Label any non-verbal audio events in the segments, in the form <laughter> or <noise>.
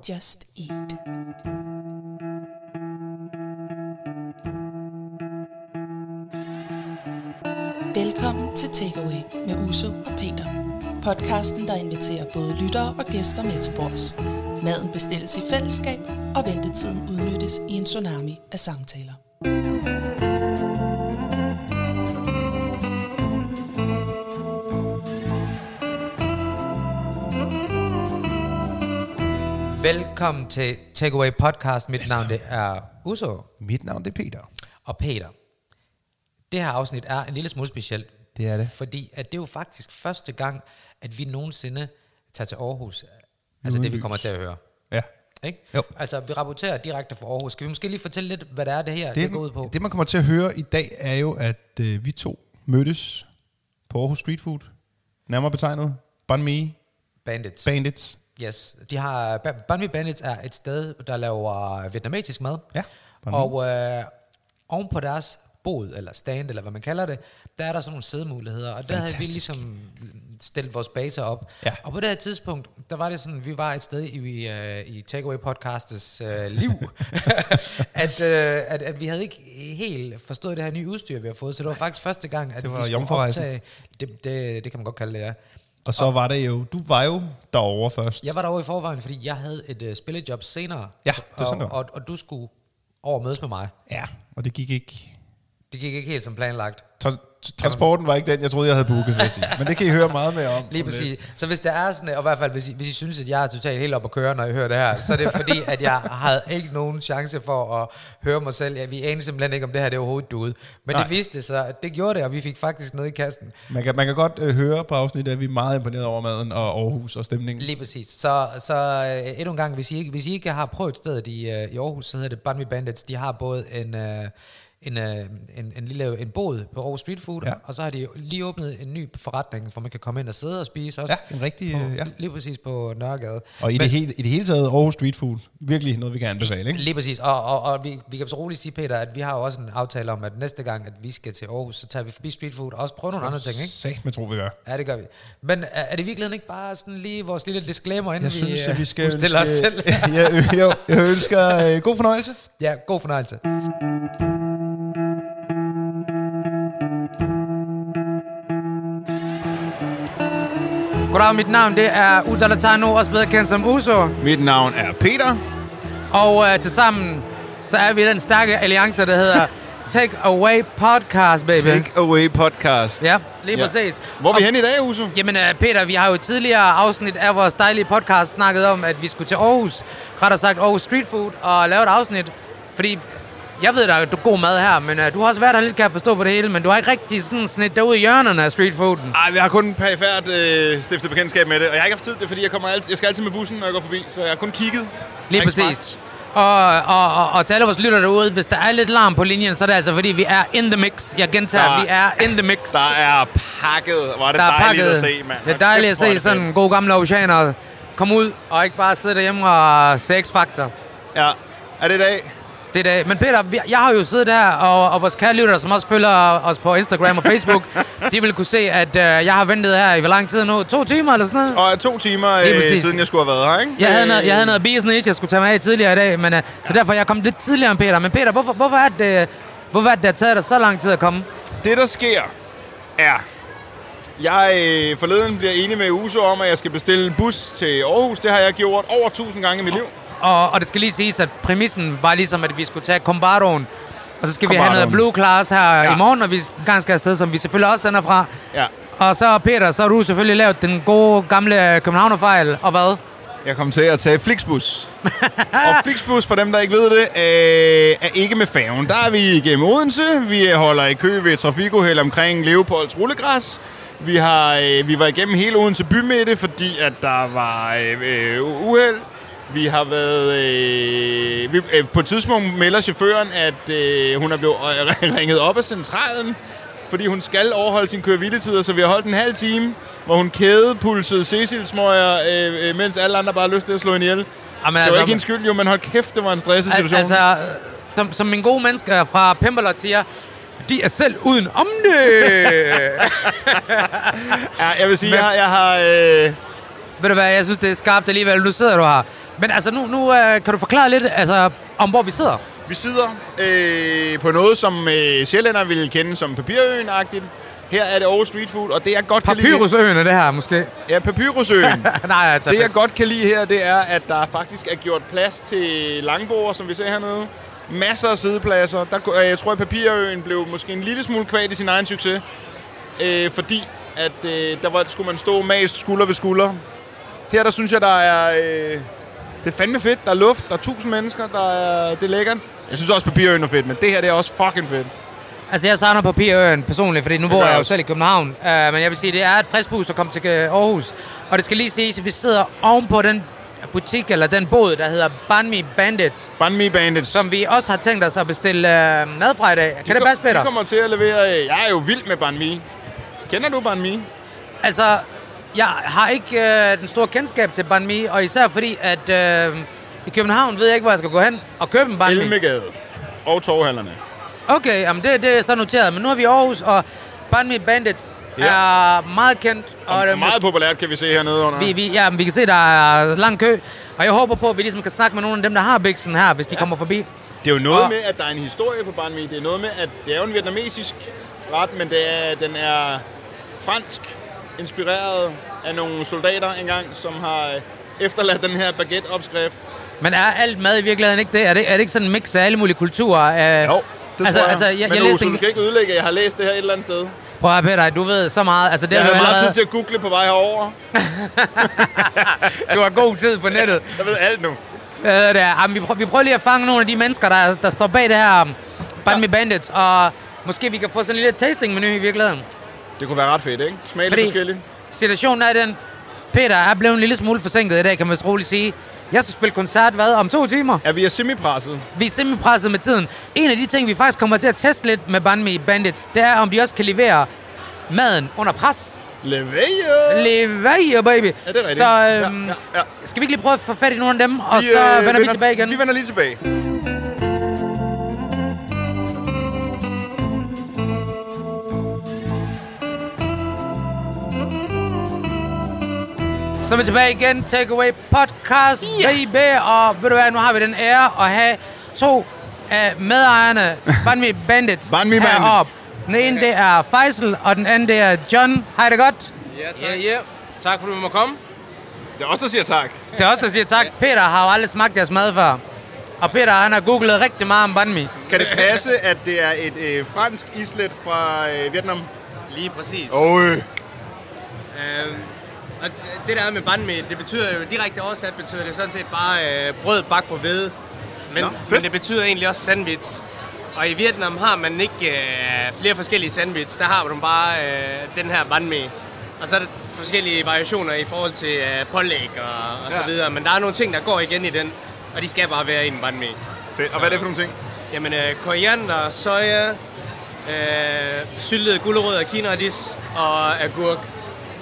Just Eat. Velkommen til Takeaway med Uso og Peter. Podcasten, der inviterer både lyttere og gæster med til bords. Maden bestilles i fællesskab, og ventetiden udnyttes i en tsunami af samtaler. Velkommen til Takeaway Podcast. Mit navn det er Uso Mit navn det er Peter. og Peter. Det her afsnit er en lille smule specielt. Det er det. Fordi at det er jo faktisk første gang, at vi nogensinde tager til Aarhus. Altså det, vi kommer til at høre. Ja. Ikke? Jo. Altså vi rapporterer direkte fra Aarhus. Skal vi måske lige fortælle lidt, hvad det er, det her det, det går ud på? Det, det man kommer til at høre i dag er jo, at øh, vi to mødtes på Aarhus Street Food. Nærmere betegnet Banh Mi Bandits. Bandits. Yes, de har, Ba- Banh Mi Bandits er et sted, der laver vietnamesisk mad. Ja, Banh Mi. Og øh, oven på deres bod, eller stand, eller hvad man kalder det, der er der sådan nogle sædemuligheder. Og der havde vi Fantastisk. ligesom stillet vores baser op. Ja. Og på det her tidspunkt, der var det sådan, vi var et sted i, øh, i Takeaway Podcastes øh, <laughs> liv, at, øh, at, at vi havde ikke helt forstået det her nye udstyr, vi har fået. Så det var faktisk første gang, at Det var vi skulle jomfrurejsen. optage. Det, det, det kan man godt kalde det, ja. Og så var det jo, du var jo derovre først. Jeg var derovre i forvejen, fordi jeg havde et øh, spillejob senere. Ja, det er og, sådan, det var. og, og du skulle over og mødes med mig. Ja, og det gik ikke. Det gik ikke helt som planlagt. Tra- t- transporten var ikke den, jeg troede, jeg havde booket, vil jeg sige. Men det kan I høre meget mere om. <laughs> Lige om lidt. præcis. Så hvis der er sådan, og i hvert fald hvis I, hvis I synes, at jeg er totalt helt op at køre, når I hører det her, så er det <laughs> fordi, at jeg havde ikke nogen chance for at høre mig selv. Ja, vi anede simpelthen ikke, om det her det overhovedet duede. Men Nej. Nej. det viste sig, at det gjorde det, og vi fik faktisk noget i kassen. Man kan, man kan godt øh, høre på afsnittet, at vi er meget imponeret over maden og Aarhus og stemningen. Lige præcis. Så, så øh, endnu en gang, hvis I ikke, hvis I ikke har prøvet stedet i, øh, i Aarhus, så hedder det Banh Mi Bandits. De har både en, øh, en, øh, en, en lille en bod på Aarhus Street Food, ja. Ja. og så har de jo lige åbnet en ny forretning, hvor man kan komme ind og sidde og spise også. Ja, en rigtig, På, øh, ja. Lige præcis på Nørregade. Og i, det hele, i det hele taget Aarhus Street Food. Virkelig noget, vi kan anbefale, ikke? Lige præcis, og, og, og vi, vi kan så roligt sige, Peter, at vi har jo også en aftale om, at næste gang, at vi skal til Aarhus, så tager vi forbi street food og også prøver nogle andre ting, ikke? Sagt med tro, vi gør. Ja, det gør vi. Men er, er det i virkeligheden ikke bare sådan lige vores lille disclaimer, inden Jeg vi, synes, øh, at vi skal udstiller os <laughs> selv? jeg, jeg, jeg ønsker øh, god fornøjelse. Ja, god fornøjelse. Goddag, mit navn det er Uta Latano, også bedre kendt som Uso. Mit navn er Peter. Og øh, tilsammen, så er vi den stærke alliance, der hedder <laughs> Take Away Podcast, baby. Take Away Podcast. Ja, lige Ja. præcis. Hvor er Og- vi henne i dag, Uso? Jamen øh, Peter, vi har jo i tidligere afsnit af vores dejlige podcast snakket om, at vi skulle til Aarhus, rettere sagt Aarhus Street Food, og lave et afsnit. Fordi jeg ved, der er god mad her, men øh, du har også været her lidt, kan jeg forstå på det hele, men du har ikke rigtig sådan snit derude i hjørnerne af street fooden. Ej, jeg har kun perifært øh, stiftet bekendtskab med det, og jeg har ikke haft tid, det er, fordi jeg, kommer alt, jeg skal altid med bussen, når jeg går forbi, så jeg har kun kigget. Lige Ikke præcis. Og, og, og, og til alle vores lytter derude, hvis der er lidt larm på linjen, så er det altså fordi, vi er in the mix. Jeg gentager, Der- vi er in the <laughs> mix. Der er pakket, hvor er det der er dejligt pakket. at se, mand. Det er Hold dejligt kæft, at hvor er se det sådan en god gammel oceaner komme ud og ikke bare sidde derhjemme og se X-Factor. fedt. Ja, er det i dag? Det er det. Men Peter, vi- jeg har jo siddet her, og, og vores kære lytter, som også følger os på Instagram og <laughs> Facebook, de vil kunne se, at øh, jeg har ventet her i hvor lang tid nu? To timer eller sådan noget? Og to timer Lige øh, præcis. siden jeg skulle have været her, ikke? Jeg havde, noget, jeg havde Øh, noget business, jeg skulle tage mig af tidligere i dag, men, øh, så derfor er jeg kommet lidt tidligere end Peter. Men Peter, hvorfor, hvorfor, er det, hvorfor er det, det har taget dig så lang tid at komme? Det, der sker, er... Jeg øh, forleden bliver enig med Uso om, at jeg skal bestille en bus til Aarhus. Det har jeg gjort over 1000 gange i mit liv. Og, og det skal lige siges, at præmissen var ligesom, at vi skulle tage Combardoen, og så skal vi have noget Combardoen. Blue Class her ja. Ja. i morgen, når vi gang skal afsted, som vi selvfølgelig også sender fra. Ja, Og så Peter, så har du selvfølgelig lavet den gode gamle københavnerfejl, og hvad? Jeg kom til at tage Flixbus. og Flixbus, for dem, der ikke ved det, øh, er ikke med færgen. Der er vi igennem Odense. Vi holder i kø ved et trafikuheld omkring Leopolds rullegræs. Vi, har, øh, vi var igennem hele Odense bymidte, fordi at der var øh, øh, uheld. Vi har været... Øh, vi, øh, på et tidspunkt melder chaufføren, at øh, hun er blevet øh, <laughs> ringet op af centralen, fordi hun skal overholde sin kørevildetider, så vi har holdt en halv time, hvor hun kædepulsede Cecil Smøger, øh, øh, mens alle andre bare har lyst til at slå hende ihjel. Jamen, Det var ikke hendes skyld jo, men hold kæft, det var en stresset altså, al- situation. altså, øh, som, som min gode menneske fra Pimperlot siger, de er selv uden om <laughs> det. ja, jeg vil sige, jeg, jeg har... Øh, Ved du hvad, jeg synes, det er skarpt alligevel. Nu sidder du her. Men altså, nu, nu øh, kan du forklare lidt altså, om, hvor vi sidder. Vi sidder øh, på noget, som øh, sjællænder ville kende som papirøen-agtigt. Her er det Aarhus Street Food, og det jeg godt kan lide... Papyrusøen er det her, måske. Ja, Papyrusøen. <laughs> Nej, altså, det jeg godt kan lide her, det er, at der faktisk er gjort plads til langbord, som vi ser hernede. Masser af sidepladser. Der, ku- øh, jeg tror, at Papirøen blev måske en lille smule kvad i sin egen succes. Øh, fordi at øh, der var, skulle man stå mast skulder ved skulder. Her der synes jeg, der er... Øh, det er fandme fedt. Der er luft. Der er tusind mennesker. Der er, det er lækkert. Jeg synes også, Papirøen er fedt, men det her det er også fucking fedt. Altså, jeg savner papirøen personligt, fordi nu bor gør jeg jeg jo også. selv i København. Uh, men jeg vil sige, det er et frisk boost at komme til øh, Aarhus. Og det skal lige siges, at vi sidder ovenpå den butik, eller den båd, der hedder Banmi Bandits, Banh Mi Bandits. som vi også har tænkt os at bestille øh, mad fra i dag. Kan det kom- passe, Peter? De kommer til at levere... øh, Jeg er jo vild med Banh Mi. Kender du Banh Mi? Altså, jeg har ikke øh, den store kendskab til Banh Mi, og især fordi, at øh, i København ved jeg ikke, hvor jeg skal gå hen og købe en Banh Mi. Elmegade og Torvhallerne. Okay, jamen det, det er så noteret. Men nu er vi i Aarhus, og Banh Mi Bandits Ja. ja. er meget kendt. Og det det er er meget populært, kan vi se hernede under. Vi, vi, ja, men vi kan se, der er lang kø, og jeg håber på, at vi ligesom kan snakke med nogle af dem, der har biksen her, hvis de kommer forbi. Det er jo noget Og- med, at der er en historie på Banh Mi. Det er noget med, at det er jo en vietnamesisk ret, men det er, den er fransk inspireret af nogle soldater engang, som har øh, efterladt den her baguette-opskrift. Men er alt mad i virkeligheden ikke det? Er det, er det ikke sådan en mix af alle mulige kulturer? Øh, det altså, Altså, jeg, men jeg Rose, læste du en... skal ikke ødelægge, at jeg har læst det her et eller andet sted. Prøv at høre, Peter, du ved så meget. Altså, det Jeg har havde du meget tid allerede... til at google på vej herover. Du har god tid på nettet. Jeg ved alt nu. Hvad hedder det? Jamen, vi, prøver, vi prøver lige at fange nogle af de mennesker, der, der står bag det her um, Band Me Bandits, og måske vi kan få sådan en lille tasting-menu i virkeligheden. Det kunne være ret fedt, ikke? Smag lidt Fordi- forskelligt. Situationen er den, Peter er blevet en lille smule forsinket i dag, kan man vist roligt sige. Jeg skal spille koncert, hvad, om to timer? Ja, vi er semipresset. Vi er simpelthen presset med tiden. En af de ting, vi faktisk kommer til at teste lidt med Banh Mi Bandits, det er, om de også kan levere maden under pres. Leverer! Leverer, baby! Ja, det er rigtigt. Så øhm, ja, ja, ja. skal vi ikke lige prøve at få fat i nogle af dem, og så vender, vi tilbage igen? Vi øh, vender lige tilbage. Så er vi tilbage igen, Takeaway Podcast, yeah. baby, og ved du hvad, nu har vi den ære at have to af medejerne, Banh Mi Bandits, Banh Mi heroppe. Bandits. Den ene, det er Faisal, og den anden, det er John. Hej, det godt? Ja, tak. Ja, ja. Tak fordi vi må komme. Det er også der siger tak. Det er os, der siger tak. Peter har jo aldrig smagt deres mad før. Og Peter, han har googlet rigtig meget om Banh Mi. Kan det passe, at det er et øh, fransk islet fra øh, Vietnam? Lige præcis. Åh, Øhm, og t- det der med banh mi, det betyder jo direkte oversat, betyder det sådan set bare øh, brød bagt på hvede. Men, Nå, fedt. men det betyder egentlig også sandwich. Og i Vietnam har man ikke øh, flere forskellige sandwich. Der har man bare øh, den her banh mi. Og så er der forskellige variationer i forhold til øh, pålæg og, og så Ja. videre. Men der er nogle ting, der går igen i den. Og de skal bare være i en banh mi. fedt. Og hvad er det for nogle ting? Jamen, øh, koriander, soja, øh, syltede gulerødder, kinderadis og agurk.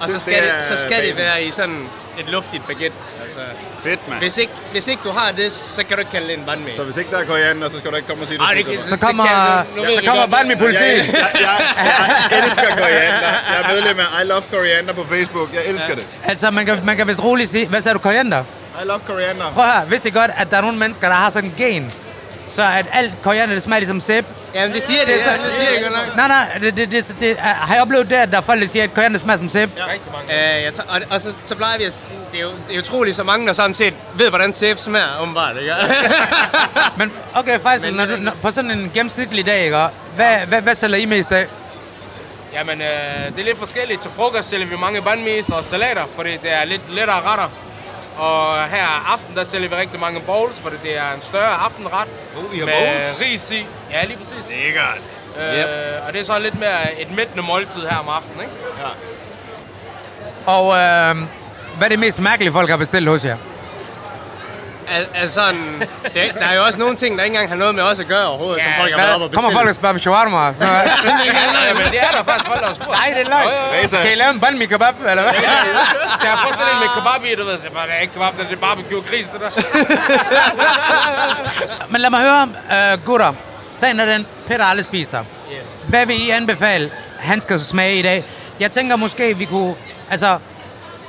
Og så Det skal, er det, så skal det basen. være i sådan et luftigt baguette. Altså, Fedt, mand. hvis, ikke, hvis ikke du har det, så kan du ikke kalde det en banh mi. Så hvis ikke der er koriander, så skal du ikke komme og sige, du Ej, det spiser kan- mig. Så kommer, kan- nu ved så vi kommer godt, Banh Mi hvad- jeg, politiet. elsker, jeg, jeg, jeg elsker koriander. Jeg er medlem af I Love Koriander på Facebook. Jeg elsker det. Altså, man kan, man kan vist roligt sige, hvad sagde du, koriander? I Love Koriander. Prøv her, vidste I godt, at der er nogle mennesker, der har sådan en gen, så at alt koriander, det smager ligesom sæb. Jamen, det siger det, er det, så- det, det siger det godt nok. Nej, nej, det, det, det, det, har jeg oplevet det, at der er folk, der siger, at koriander smager som sæb? Øh, jeg tager, og, og så, så plejer vi at... s- Det er jo det er utroligt, så mange, der sådan set ved, hvordan sæbe smager, åbenbart, ikke? <laughs> Men okay, faktisk, Men når det er du, når, rigtigt. på sådan en gennemsnitlig dag, ikke? og Hvad, hvad, hvad sælger I mest af? Jamen, øh, det er lidt forskelligt. Til frokost sælger vi mange bandmis og salater, fordi det er lidt lettere retter. Og her aften, der sælger vi rigtig mange bowls, fordi det er en større aftenret. Uh, I har med bowls? ris i. Ja, lige præcis. Lækkert. Øh, og det er så lidt mere et mættende måltid her om aftenen, ikke? Og øh, hvad er det mest mærkelige, folk har bestilt hos jer? Al, altså, sådan, det, der er jo også nogle ting, der ikke engang har noget med os at gøre overhovedet, ja, som folk har været oppe og Kommer bestille. folk og spørger om shawarma? og sådan <laughs> noget? Ja, men det er der faktisk folk, der har spurgt. Nej, det er løgn. Reza. Kan I lave en banh mi kebab, eller hvad? Jeg har fået sådan en med kebab i, du ved. Så jeg bare, det er ikke kebab, det er barbecue gris, det der. <laughs> Men lad mig høre, øh, gutter. Sagen er den, Peter har aldrig spist der. Yes. Hvad vil I anbefale, han skal smage i dag? Jeg tænker måske, vi kunne... Altså,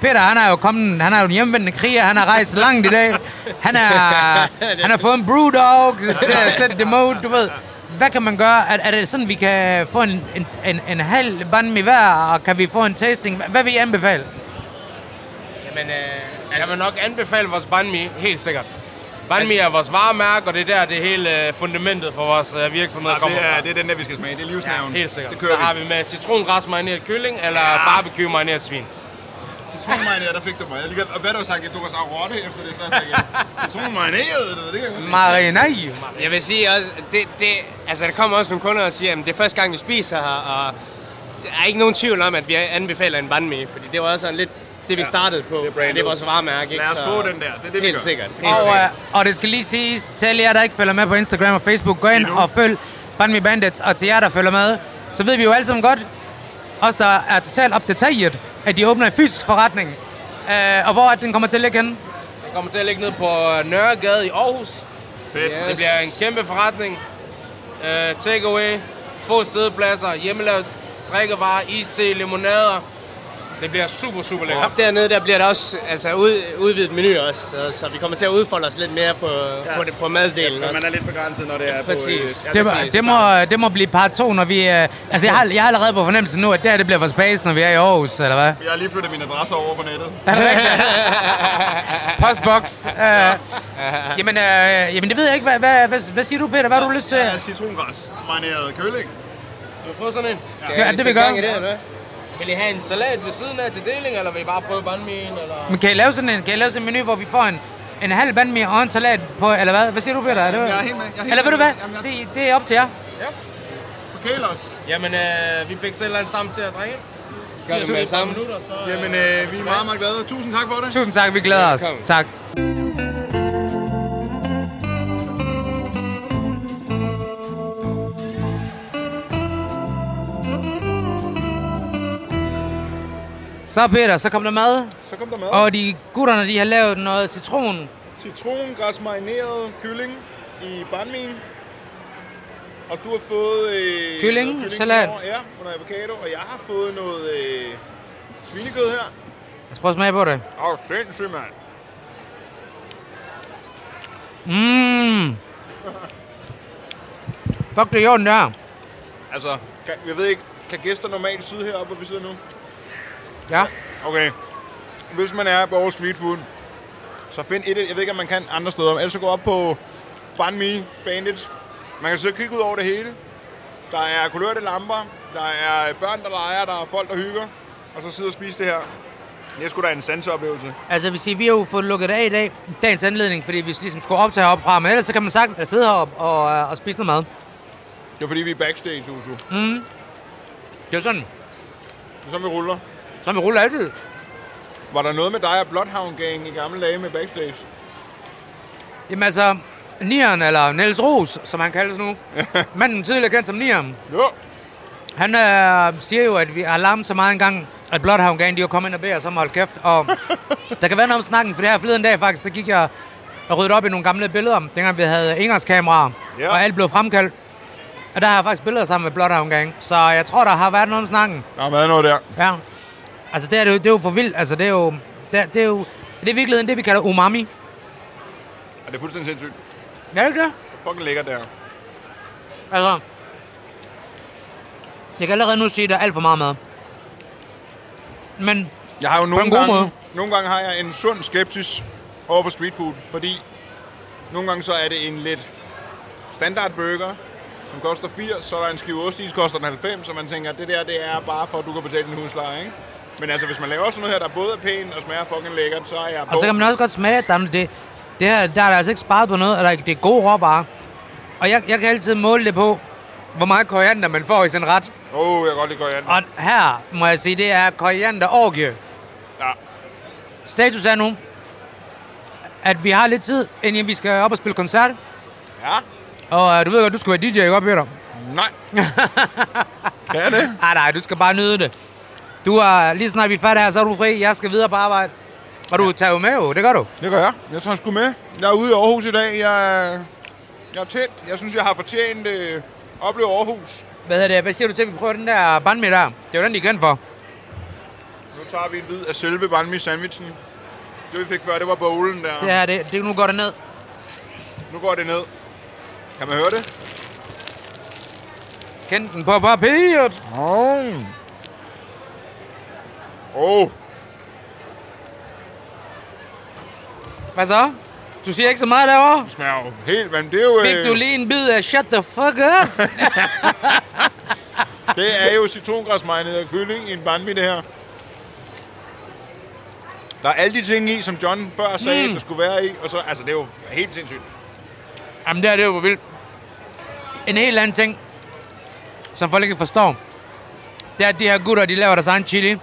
Peter, han er jo kommet, han er jo en hjemvendende kriger, han har rejst langt i dag. Han er, han har fået en brewdog til at sætte det mod, du ved. Hvad kan man gøre? Er, er det sådan, vi kan få en, en, en, en halv band med hver, og kan vi få en tasting? Hvad, hvad vil I anbefale? Jamen, øh, altså- jeg vil nok anbefale vores banh mi, helt sikkert. Banh Altså- mi er vores varemærke, og det er der, det hele øh, fundamentet for vores øh, virksomhed Ja, kommer det, er, fra. det er den der, vi skal smage. Det er livsnerven. Helt sikkert. Det Så har kører vi. vi med citrongræs marineret kylling, eller ja. barbecue marineret svin. Citronmarineret, der fik du mig. Jeg lige, og hvad du har sagt, at du var så rotte efter det, så har jeg sagt, ja. <laughs> Citronmarineret, det, det kan jeg godt lide. Marinade. Jeg vil sige også, det, det, altså der kommer også nogle kunder og siger, at det er første gang, vi spiser her, og der er ikke nogen tvivl om, at vi anbefaler en bandme, fordi det var også sådan lidt det, vi startade på. det er brandet. det er vores varemærke, ikke? Lad os Så- få den der. Det er det, vi Helt gør. sikkert. Helt Og, sikkert. øh, og det skal lige siges til jer, der ikke følger med på Instagram og Facebook, gå ind og følg Bandmi Bandits, og til jer, der følger med, så ved vi jo alle sammen godt, os der er totalt opdateret, at de åbner en fysisk forretning. Øh, og hvor er det, den kommer til at ligge henne? Den kommer til at ligge ned på øh, Nørregade i Aarhus. Fedt. Det bliver en kæmpe forretning. Øh, takeaway, få siddepladser, hjemmelavet drikkevarer, iste, limonader. Det bliver super, super lækkert. Op dernede, der bliver der også altså, ud, udvidet menu også, så, så vi kommer til at udfolde os lidt mere på, ja. på, det, på maddelen Men man er også. lidt begrænset, når det er præcis. på... øh, Det, præcis. må- det, må, det må blive part 2, når vi... Øh, altså, jeg har, jeg har allerede på fornemmelsen nu, at det her det bliver vores base, når vi er i Aarhus, eller hvad? Jeg har lige flyttet min adresse over på nettet. Postbox. Øh, jamen, øh, jamen, det ved jeg ikke. Hvad, hvad, hvad, hvad siger du, Peter? Hvad har du lyst til? Ja, citrongræs. Marineret kølling. Vil du prøve sådan en? Skal, er det, vi gør? Vil I have en salat ved siden af til deling, eller vil I bare prøve bandmien? Eller? Men kan I lave sådan en, kan I lave sådan en menu, hvor vi får en, en halv bandmi og en salat på, eller hvad? Hvad siger du, Peter? Er det, jeg er helt med. Jeg er helt eller ved du med. hvad? Jamen, jeg- Det, det er op til jer. Forkæl os. Jamen, øh, vi begge selv er sammen til at drikke. Gør det med samme minutter, så... Øh, Jamen, øh, vi er meget, meget glade. Tusind tak for det. Tusind tak, vi glæder os. Tak. Så Peter, så kom der mad, Så kom der mad. og de gutterne de har lavet noget citron. citrongræs marineret kylling i banmin. Og du har fået... Øh, Kylling, noget salat. derovre, Ja, under avocado. Og jeg har fået noget øh, svinekød her. Lad os prøve at smage på det. Åh, oh, sindssygt, mand. Mmm. Fuck, det er i orden, det her. Altså, kan, jeg ved ikke, kan gæster normalt sidde heroppe, hvor vi sidder nu? Ja. Okay. Hvis man er på Aarhus Street Food, så find et, jeg ved ikke, om man kan andre steder, men ellers så gå op på Banh Mi Bandits. Man kan så kigge ud over det hele. Der er kulørte lamper, der er børn, der leger, der er folk, der hygger, og så sidde og spise det her. Det er sgu da en sanseoplevelse. Altså, vi siger, vi har jo fået lukket af i dag, dagens anledning, fordi vi ligesom skulle optage heroppe fra, men ellers så kan man sagtens altså sidde heroppe og, øh, og spise noget mad. Det er fordi, vi er backstage, Usu. Det Det er jo sådan, er sådan, vi ruller. som vi ruller altid. Var der noget med dig og Bloodhound Gang i gamle dage med backstage? Jamen altså, Nieren, eller Niels Ros, som han kaldes <laughs> nu, manden tidligere kendt som Nieren, Jo. han øh, siger jo, at vi har larmet så meget engang, at Bloodhound Gang, de jo kommet ind og beder os om at holde kæft. Og der kan være noget om snakken, for det her forleden dag faktisk, der gik jeg og ryddede op i nogle gamle billeder, dengang vi havde Ingers kameraer, Ja. ja. og alt blev fremkaldt. Og der har jeg faktisk billeder sammen med Bloodhound Gang, så jeg tror, der har været noget om snakken. Der har været noget der. Ja. Altså, det er, det, jo, det er jo for vildt. Altså, det er jo... Det er, det er jo det er i virkeligheden det, vi kalder umami. Ja, det er fuldstændig sindssygt. Er det ikke det? Fucking lækkert der. Altså... Jeg kan allerede nu sige, at der er alt for meget mad. Men... Jeg har jo nogle en god gange, måde. nogle gange har jeg en sund skepsis over for street food, fordi nogle gange så er det en lidt standard burger, som koster 80, så er der en skive ostis, koster den 90, så man tænker, det der det er bare for, at du kan betale din husleje, ikke? Men altså, hvis man laver sådan noget her, der både er pæn og smager fucking lækkert, så er jeg på. Og så kan man også godt smage, at der, er- det, det her, der er der altså ikke sparet på noget, og der, er- det er gode råvarer. Og jeg, jeg kan altid måle det på, hvor meget koriander man får i sin ret. Åh, oh, jeg kan godt lide koriander. Og her, må jeg sige, det er koriander orgie. Ja. Status er nu, at vi har lidt tid, inden vi skal op og spille koncert. Ja? Og øh, du ved godt, du skal være DJ, ikke op, Peter? <laughs> Nej. kan jeg det? Nej, nej, du skal bare nyde det. Du er, lige snart vi er færdige her, så er du fri. Jeg skal videre på arbejde. Og du tager jo med, jo. Det gør du. Det gør jeg. Jeg tager sgu med. Jeg er ude i Aarhus i dag. Jeg, er- jeg er tæt. Jeg synes, jeg har fortjent øh, opleve Aarhus. Hvad, hedder det? Hvad siger du til, at vi prøver den der bandmi der? Det er jo den, de er kendt for. Nu tager vi en bid af selve banh mi sandwichen. Det vi fik før, det var bowlen der. Det er det. det nu går det ned. Nu går det ned. Kan man høre det? Kend den på papiret. Åh. Oh. oh. Hvad så? Du siger ikke så meget derovre? smager jo helt vanvittigt. Det er jo, øh, Fik du lige en bid af shut the fuck up? det er jo citrongræsmejnet og kylling i en banh mi, det her. Der er alle de ting i, som John før sagde, mm. der skulle være i. Og så, altså, det er jo helt sindssygt. <laughs> Jamen, det her, det er jo vildt. En helt anden ting, som folk ikke forstår, det er, at de her gutter, de laver deres egen chili.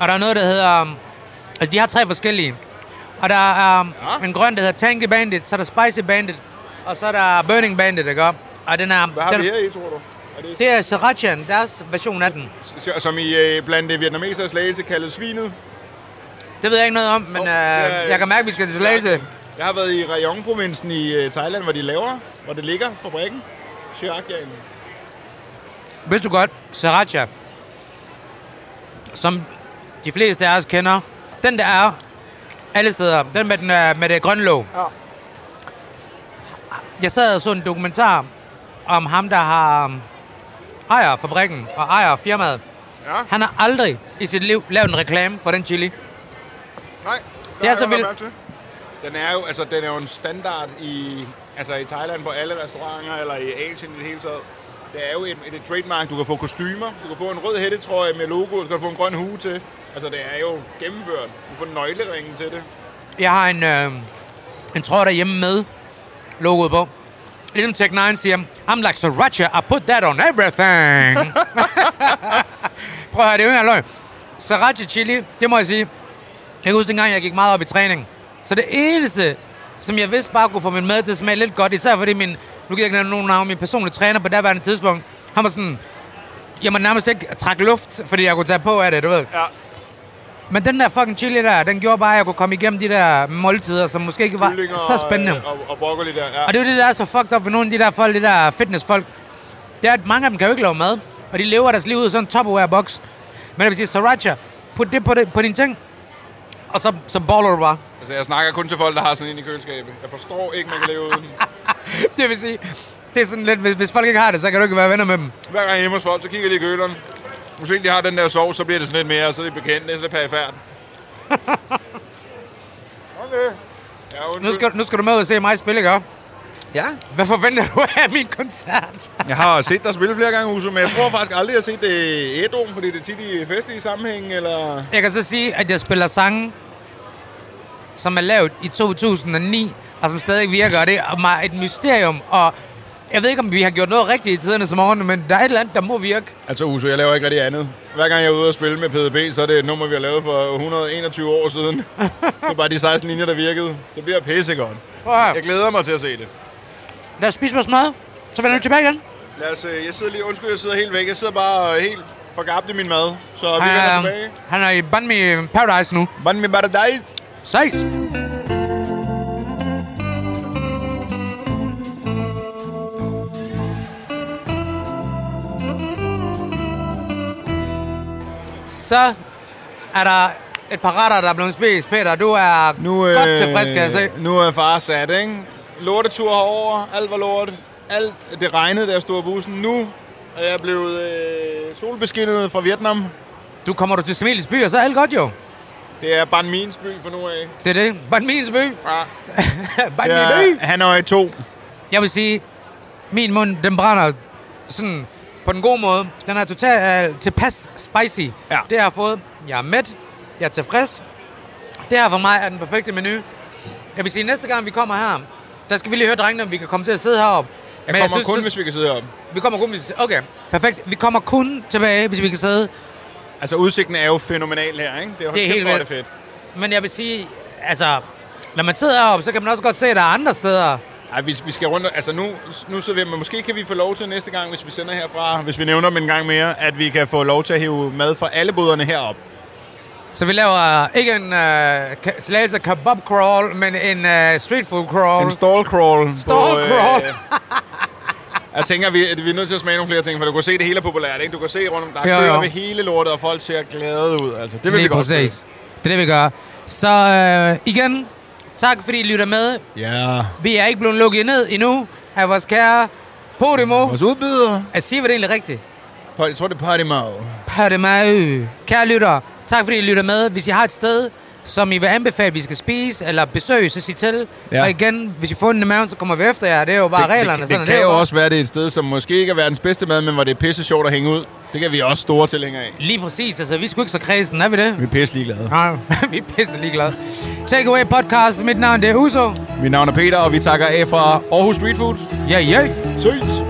Og der er noget, der hedder... Um, altså, de har tre forskellige. Og der er um, ja. en grøn, der hedder Tangy Bandit, så er der Spicy Bandit, og så er der Burning Bandit, ikke? Og den er... Hvad har den, vi her i, tror du? Er det, Det er srirachan, deres version af den. det. som i øh, blandt det vietnamesere slagelse kaldet svinet? Det ved jeg ikke noget om, men Åh, oh, det er- øh, jeg kan mærke, at vi skal til slagelse. Jeg har været i Rayong-provincen i øh, Thailand, hvor de laver, hvor det ligger, fabrikken. Shirakyan. Vidste du godt, sriracha, som de fleste af os kender, den der er alle steder, den med, den, øh, med det grønne låg. Ja. Jeg sad og så en dokumentar om ham, der har øhm, ejer fabrikken og ejer firmaet. Ja. Han har aldrig i sit liv lavet en reklame for den chili. Nej, Det er så vildt. Den er jo, altså, den er jo en standard i, altså, i Thailand på alle restauranter, eller i Asien i det hele taget. Det er jo et, et, et trademark. Du kan få kostymer, du kan få en rød hættetrøje med logo, du kan få en grøn hue til. Altså, det er jo gennemført. Du får nøgleringen til det. Jeg har en, øh, en tråd derhjemme med logoet på. Ligesom Tech9 siger, I'm like sriracha, I put that on everything. Prøv at høre, det er jo ikke engang løgn. Sriracha chili, det må jeg sige. Jeg kan huske dengang, jeg gik meget op i træning. Så det eneste, som jeg vidste bare kunne få min mad til at smage lidt godt, især fordi min, nu kan jeg ikke nævne nogen navn, min personlige træner på daværende tidspunkt, han var sådan, jeg må nærmest ikke trække luft, fordi jeg kunne tage på af det, du ved. Men den der fucking chili der, den gjorde bare, at jeg kunne komme igennem de der måltider, som måske ikke var Kyllinger så spændende. Og, og, og broccoli der. Ja. Og det er jo det, der er så fucked up for nogle af de der folk, de der fitnessfolk. Det er, at mange af dem kan jo ikke lave mad, og de lever deres liv ud af sådan en Tupperware-boks. Men jeg vil sige, sriracha, put det på, det, på din ting, og så, så baller du bare. <laughs> Altså, jeg snakker kun til folk, der har sådan en i køleskabet. Jeg forstår ikke, man kan leve uden. Det vil sige, det er sådan lidt, hvis, hvis folk ikke har det, så kan du ikke være venner med dem. Hver gang jeg er hjemme hos folk, så kigger de i køleren. Hvis ikke de har den der sovs, så bliver det sådan lidt mere, så er det bekendt, det er lidt <laughs> perifært. okay. Ja, Nu skal, nu skal du med ud og se mig spille, ikke? Ja. Hvad forventer du af min koncert? Jeg har set dig spille flere gange, Uso, men jeg tror faktisk aldrig, jeg har set det i Edom, fordi det er tit i festlige sammenhæng, eller... Jeg kan så sige, at jeg spiller sange, som er lavet i 2009, og som stadig virker, og det er mig et mysterium, og jeg ved ikke, om vi har gjort noget rigtigt i tiderne som morgen, men der er et eller andet, der må virke. Altså, Uso, jeg laver ikke rigtig andet. Hver gang jeg er ude og spille med PDB, så er det et nummer, vi har lavet for 121 år siden. det er bare de 16 linjer, der virkede. Det bliver pissegodt. Prøv at Jeg høre. glæder mig til at se det. Lad os spise vores mad, så vender vi tilbage igen. Lad os, øh, jeg sidder lige, undskyld, jeg sidder helt væk. Jeg sidder bare øh, helt forgabt i min mad, så vi Han vender er, tilbage. han er i Banh Mi Paradise nu. Banh mi paradise. Ses! Så er der et par retter, der er blevet spist. Peter, du er nu, øh, godt tilfreds, kan jeg se. Nu er far sat, ikke? Lortetur herover, alt var lort. Alt, det regnede, da jeg stod af bussen. Nu er jeg blevet øh, solbeskinnet fra Vietnam. Du kommer du til Smilis by, og så er alt godt jo. Det er Ban Mins by for nu af. Det er det. Banh Mi's by. <laughs> Ja. Banh Det ja. Ah. by. er Hanoi 2. Jeg vil sige, min mund, den brænder sådan på den gode måde. Den er totalt øh, tilpas spicy. Ja. Det har jeg fået. Jeg er mæt. Jeg er tilfreds. Det her for mig er den perfekte menu. Jeg vil sige, næste gang vi kommer her, der skal vi lige høre drengene, om vi kan komme til at sidde heroppe. Jeg kommer kun, hvis vi kan sidde heroppe. vi kommer kun, hvis... Okay, perfekt. Vi kommer kun tilbage, hvis vi kan sidde. Altså, udsigten er jo fænomenal her, ikke? Det er, Det er kæft, helt hvor er vildt. fedt. Men jeg vil sige, altså... Når man sidder heroppe, så kan man også godt se, at der er andre steder. Ej, vi, vi skal rundt. og- Altså nu, nu sidder vi, men måske kan vi få lov til næste gang, hvis vi sender herfra, hvis vi nævner dem en gang mere, at vi kan få lov til at hive mad fra alle boderne herop. Så vi laver ikke en øh, ka- slagelse kebab crawl, men en øh, street food crawl. En stall crawl. Stall på, crawl. Øh, <laughs> Jeg tænker, vi, vi er nødt til at smage nogle flere ting, for du kan se, det hele er populært, ikke? Du kan se rundt om, der Jo, er køer jo. ved hele lortet, og folk ser glade ud, altså. Det vil Lige vi godt præcis. Det er det, vi gør. Så øh, igen, tak fordi I lytter med. føle. Ja. Vi er ikke blevet lukket ned endnu af vores kære Podimo. Vores udbyder. At sige, hvad det egentlig er rigtigt. Jeg tror, det er Podimo. Podimo. Kære lytter, tak fordi I lytter med. Hvis I har et sted, som I vil anbefale, at vi skal spise eller besøge, så sig til. Ja. Ja. Og igen, hvis I får den i maven, så kommer vi efter jer. Det er jo bare det, reglerne. Det, sådan er det, jo kan jo bare. også være, det er et sted, som måske ikke er verdens bedste mad, men hvor det er pisse sjovt at hænge ud. Det kan vi også store tilhængere af. Lige præcis. Altså, vi er sgu ikke så kredsen, er vi det? Vi er pisse ligeglade. Nej, <laughs> vi er pisse ligeglade. Takeaway podcast. Mit navn det er Uso. Mit navn er Peter, og vi takker af fra Aarhus Street Food. Ja, yeah, ja. Yeah. Ses!